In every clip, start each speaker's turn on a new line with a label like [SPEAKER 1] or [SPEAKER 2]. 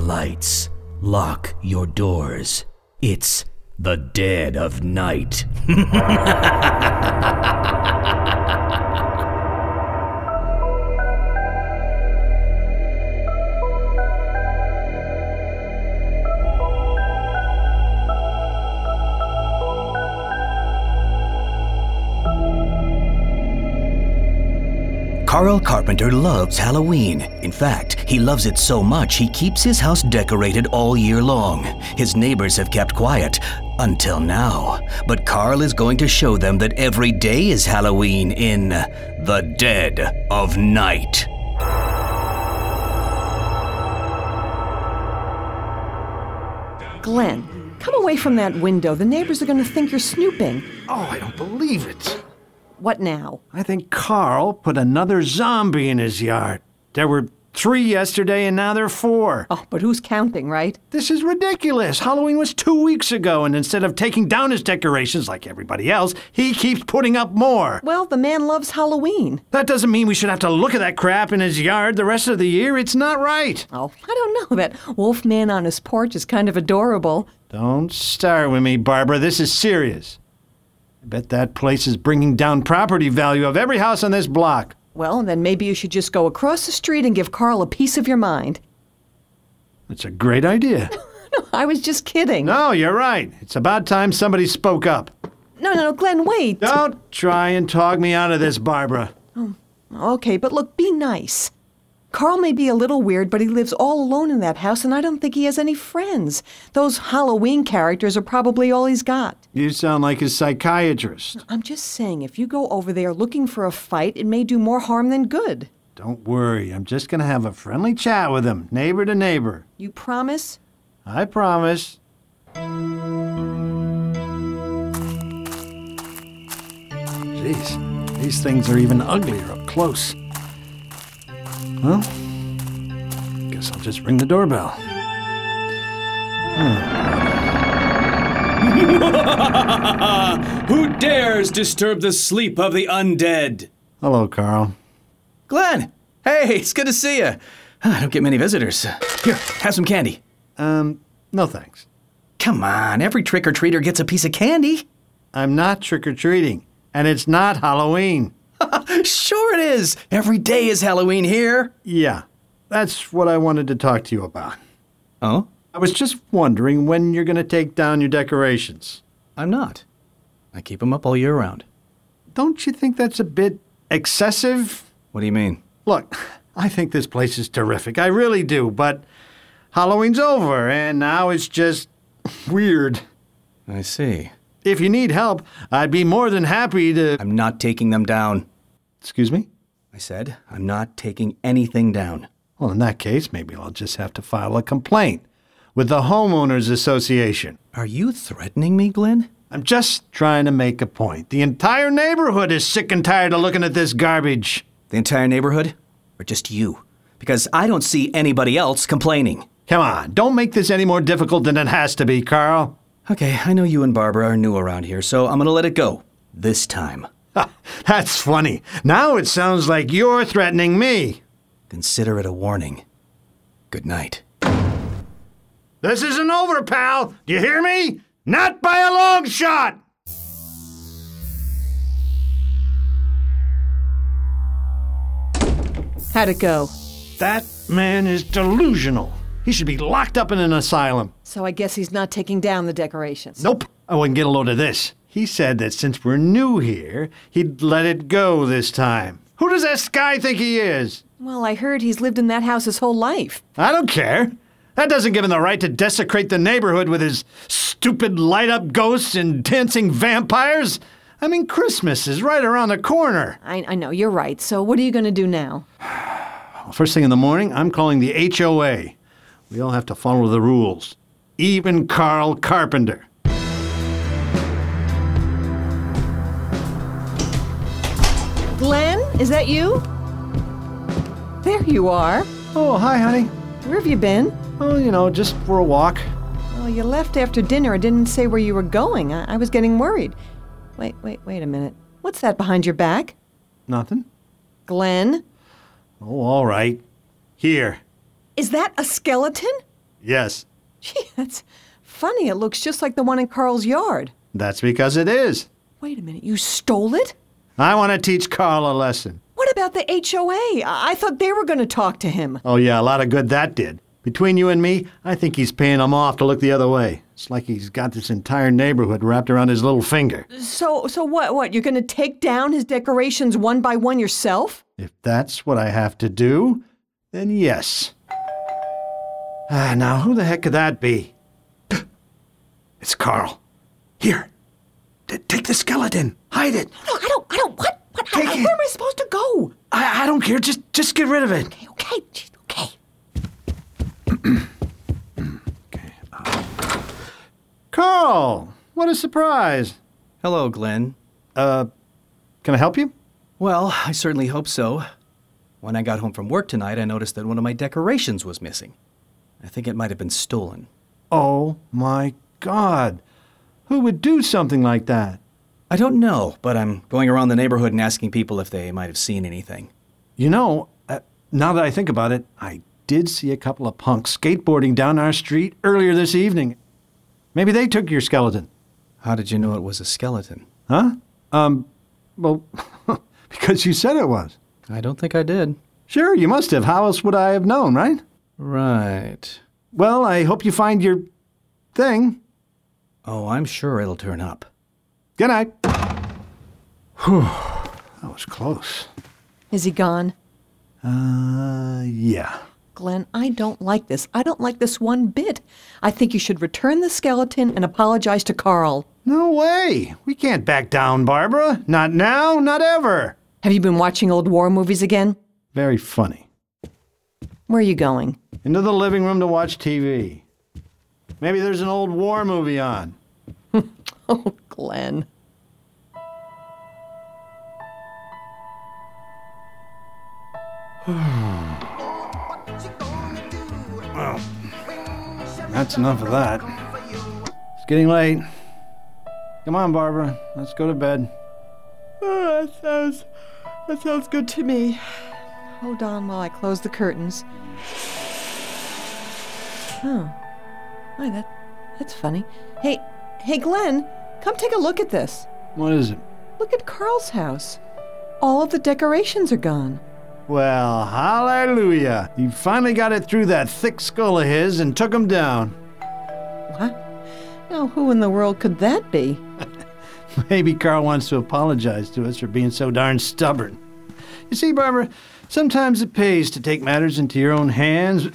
[SPEAKER 1] lights. Lock your doors. It's the dead of night.
[SPEAKER 2] Carl Carpenter loves Halloween. In fact, he loves it so much he keeps his house decorated all year long. His neighbors have kept quiet until now. But Carl is going to show them that every day is Halloween in The Dead of Night.
[SPEAKER 3] Glenn, come away from that window. The neighbors are going to think you're snooping.
[SPEAKER 4] Oh, I don't believe it.
[SPEAKER 3] What now?
[SPEAKER 4] I think Carl put another zombie in his yard. There were three yesterday, and now there are four.
[SPEAKER 3] Oh, but who's counting, right?
[SPEAKER 4] This is ridiculous. Halloween was two weeks ago, and instead of taking down his decorations like everybody else, he keeps putting up more.
[SPEAKER 3] Well, the man loves Halloween.
[SPEAKER 4] That doesn't mean we should have to look at that crap in his yard the rest of the year. It's not right.
[SPEAKER 3] Oh, I don't know. That wolf man on his porch is kind of adorable.
[SPEAKER 4] Don't start with me, Barbara. This is serious. I bet that place is bringing down property value of every house on this block.
[SPEAKER 3] Well, then maybe you should just go across the street and give Carl a piece of your mind.
[SPEAKER 4] It's a great idea.
[SPEAKER 3] No, I was just kidding.
[SPEAKER 4] No, you're right. It's about time somebody spoke up.
[SPEAKER 3] no, no, no Glenn, wait.
[SPEAKER 4] Don't try and talk me out of this, Barbara.
[SPEAKER 3] Okay, but look, be nice. Carl may be a little weird, but he lives all alone in that house, and I don't think he has any friends. Those Halloween characters are probably all he's got.
[SPEAKER 4] You sound like his psychiatrist.
[SPEAKER 3] I'm just saying, if you go over there looking for a fight, it may do more harm than good.
[SPEAKER 4] Don't worry, I'm just going to have a friendly chat with him, neighbor to neighbor.
[SPEAKER 3] You promise?
[SPEAKER 4] I promise. Jeez, these things are even uglier up close. Well, guess I'll just ring the doorbell.
[SPEAKER 5] Who dares disturb the sleep of the undead?
[SPEAKER 4] Hello, Carl.
[SPEAKER 5] Glenn! Hey, it's good to see you. I don't get many visitors. Here, have some candy.
[SPEAKER 4] No thanks.
[SPEAKER 5] Come on, every trick or treater gets a piece of candy.
[SPEAKER 4] I'm not trick or treating, and it's not Halloween.
[SPEAKER 5] Sure it is. Every day is Halloween here.
[SPEAKER 4] Yeah, that's what I wanted to talk to you about.
[SPEAKER 5] Oh,
[SPEAKER 4] I was just wondering when you're going to take down your decorations.
[SPEAKER 5] I'm not. I keep them up all year round.
[SPEAKER 4] Don't you think that's a bit excessive?
[SPEAKER 5] What do you mean?
[SPEAKER 4] Look, I think this place is terrific. I really do, but Halloween's over, and now it's just weird.
[SPEAKER 5] I see.
[SPEAKER 4] If you need help, I'd be more than happy to.
[SPEAKER 5] I'm not taking them down.
[SPEAKER 4] Excuse me?
[SPEAKER 5] I said, I'm not taking anything down.
[SPEAKER 4] Well, in that case, maybe I'll just have to file a complaint with the Homeowners Association.
[SPEAKER 5] Are you threatening me, Glenn?
[SPEAKER 4] I'm just trying to make a point. The entire neighborhood is sick and tired of looking at this garbage.
[SPEAKER 5] The entire neighborhood? Or just you? Because I don't see anybody else complaining.
[SPEAKER 4] Come on, don't make this any more difficult than it has to be, Carl.
[SPEAKER 5] Okay, I know you and Barbara are new around here, so I'm gonna let it go. This time.
[SPEAKER 4] Ha, That's funny. Now it sounds like you're threatening me.
[SPEAKER 5] Consider it a warning. Good night.
[SPEAKER 4] This isn't over, pal. Do you hear me? Not by a long shot.
[SPEAKER 3] How'd it go?
[SPEAKER 4] That man is delusional. He should be locked up in an asylum.
[SPEAKER 3] So I guess he's not taking down the decorations.
[SPEAKER 4] Nope. I wouldn't get a load of this. He said that since we're new here, he'd let it go this time. Who does that guy think he is?
[SPEAKER 3] Well, I heard he's lived in that house his whole life.
[SPEAKER 4] I don't care. That doesn't give him the right to desecrate the neighborhood with his stupid light up ghosts and dancing vampires. I mean, Christmas is right around the corner.
[SPEAKER 3] I, I know, you're right. So what are you going to do now?
[SPEAKER 4] First thing in the morning, I'm calling the HOA. We all have to follow the rules, even Carl Carpenter.
[SPEAKER 3] Glenn, is that you? There you are.
[SPEAKER 4] Oh, hi, honey.
[SPEAKER 3] Where have you been?
[SPEAKER 4] Oh, you know, just for a walk.
[SPEAKER 3] Well, you left after dinner and didn't say where you were going. I, I was getting worried. Wait, wait, wait a minute. What's that behind your back?
[SPEAKER 4] Nothing?
[SPEAKER 3] Glenn?
[SPEAKER 4] Oh, all right. Here.
[SPEAKER 3] Is that a skeleton?
[SPEAKER 4] Yes,
[SPEAKER 3] Gee, that's funny. It looks just like the one in Carl's yard.
[SPEAKER 4] that's because it is.
[SPEAKER 3] Wait a minute, you stole it?
[SPEAKER 4] I want to teach Carl a lesson.
[SPEAKER 3] What about the HOA? I, I thought they were going to talk to him.
[SPEAKER 4] Oh, yeah, a lot of good that did. Between you and me, I think he's paying them off to look the other way. It's like he's got this entire neighborhood wrapped around his little finger.
[SPEAKER 3] So, so what? What? You're going to take down his decorations one by one yourself?
[SPEAKER 4] If that's what I have to do, then yes. Ah, now who the heck could that be? It's Carl. Here, t- take the skeleton. Hide it.
[SPEAKER 3] No, I don't. I don't. What? What? I-
[SPEAKER 4] Take
[SPEAKER 3] I-
[SPEAKER 4] it.
[SPEAKER 3] where am I supposed to go?
[SPEAKER 4] I, I don't care. Just just get rid of it.
[SPEAKER 3] Okay. geez, Okay.
[SPEAKER 4] Carl, what a surprise.
[SPEAKER 5] Hello, Glenn.
[SPEAKER 4] Can I help you?
[SPEAKER 5] Well, I certainly hope so. When I got home from work tonight, I noticed that one of my decorations was missing. I think it might have been stolen.
[SPEAKER 4] Oh my God. Who would do something like that?
[SPEAKER 5] I don't know, but I'm going around the neighborhood and asking people if they might have seen anything.
[SPEAKER 4] You know, uh, now that I think about it, I did see a couple of punks skateboarding down our street earlier this evening. Maybe they took your skeleton.
[SPEAKER 5] How did you know it was a skeleton?
[SPEAKER 4] Huh? Um, well, because you said it was.
[SPEAKER 5] I don't think I did.
[SPEAKER 4] Sure, you must have. How else would I have known, right?
[SPEAKER 5] Right.
[SPEAKER 4] Well, I hope you find your thing.
[SPEAKER 5] Oh, I'm sure it'll turn up.
[SPEAKER 4] Good night. Whew, that was close.
[SPEAKER 3] Is he gone?
[SPEAKER 4] Uh, yeah.
[SPEAKER 3] Glenn, I don't like this. I don't like this one bit. I think you should return the skeleton and apologize to Carl.
[SPEAKER 4] No way. We can't back down, Barbara. Not now, not ever.
[SPEAKER 3] Have you been watching old war movies again?
[SPEAKER 4] Very funny.
[SPEAKER 3] Where are you going?
[SPEAKER 4] Into the living room to watch TV. Maybe there's an old war movie on.
[SPEAKER 3] Oh, Glenn.
[SPEAKER 4] That's enough of that. It's getting late. Come on, Barbara. Let's go to bed.
[SPEAKER 3] Oh, that sounds that sounds good to me. Hold on while I close the curtains. Oh. Why that that's funny. Hey hey Glenn, come take a look at this.
[SPEAKER 4] What is it?
[SPEAKER 3] Look at Carl's house. All of the decorations are gone.
[SPEAKER 4] Well, hallelujah. He finally got it through that thick skull of his and took him down.
[SPEAKER 3] What? Now who in the world could that be?
[SPEAKER 4] Maybe Carl wants to apologize to us for being so darn stubborn. You see, Barbara, sometimes it pays to take matters into your own hands.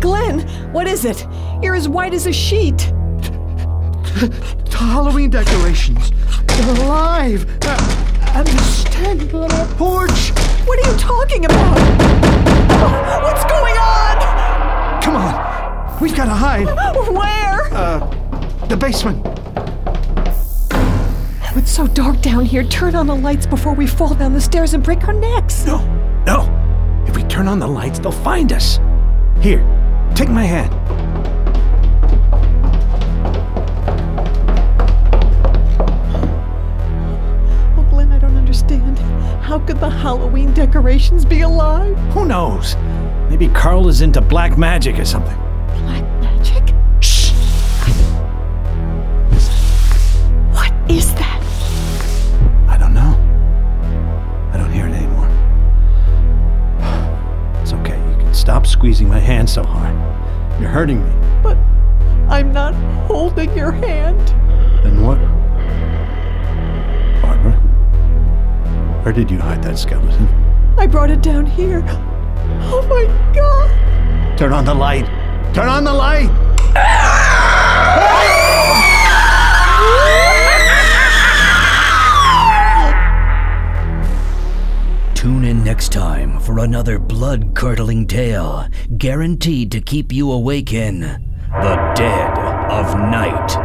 [SPEAKER 3] Glenn, what is it? You're as white as a sheet.
[SPEAKER 4] Halloween decorations. They're alive. Uh, And standing on our porch.
[SPEAKER 3] What are you talking about? What's going on?
[SPEAKER 4] Come on. We've got to hide.
[SPEAKER 3] Where?
[SPEAKER 4] The basement.
[SPEAKER 3] It's so dark down here. Turn on the lights before we fall down the stairs and break our necks.
[SPEAKER 4] No, no. If we turn on the lights, they'll find us. Here, take my hand.
[SPEAKER 3] Oh, Glenn, I don't understand. How could the Halloween decorations be alive?
[SPEAKER 4] Who knows? Maybe Carl is into black magic or something.
[SPEAKER 3] Black magic? Shh! What is that?
[SPEAKER 4] I don't know. I don't hear it anymore. It's okay. You can stop squeezing my hand so hard. You're hurting me.
[SPEAKER 3] But I'm not holding your hand.
[SPEAKER 4] Then what? Barbara? Where did you hide that skeleton?
[SPEAKER 3] I brought it down here. Oh my god!
[SPEAKER 4] Turn on the light. Turn on the light.
[SPEAKER 1] Tune in next time for another blood curdling tale guaranteed to keep you awake in the dead of night.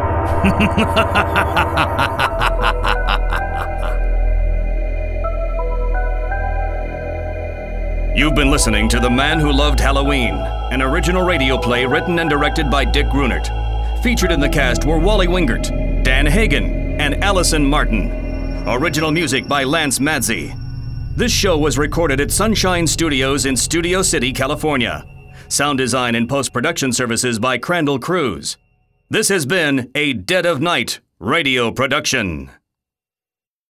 [SPEAKER 6] You've been listening to The Man Who Loved Halloween, an original radio play written and directed by Dick Grunert. Featured in the cast were Wally Wingert, Dan Hagen, and Allison Martin. Original music by Lance Madzi. This show was recorded at Sunshine Studios in Studio City, California. Sound design and post production services by Crandall Cruz. This has been a Dead of Night radio production.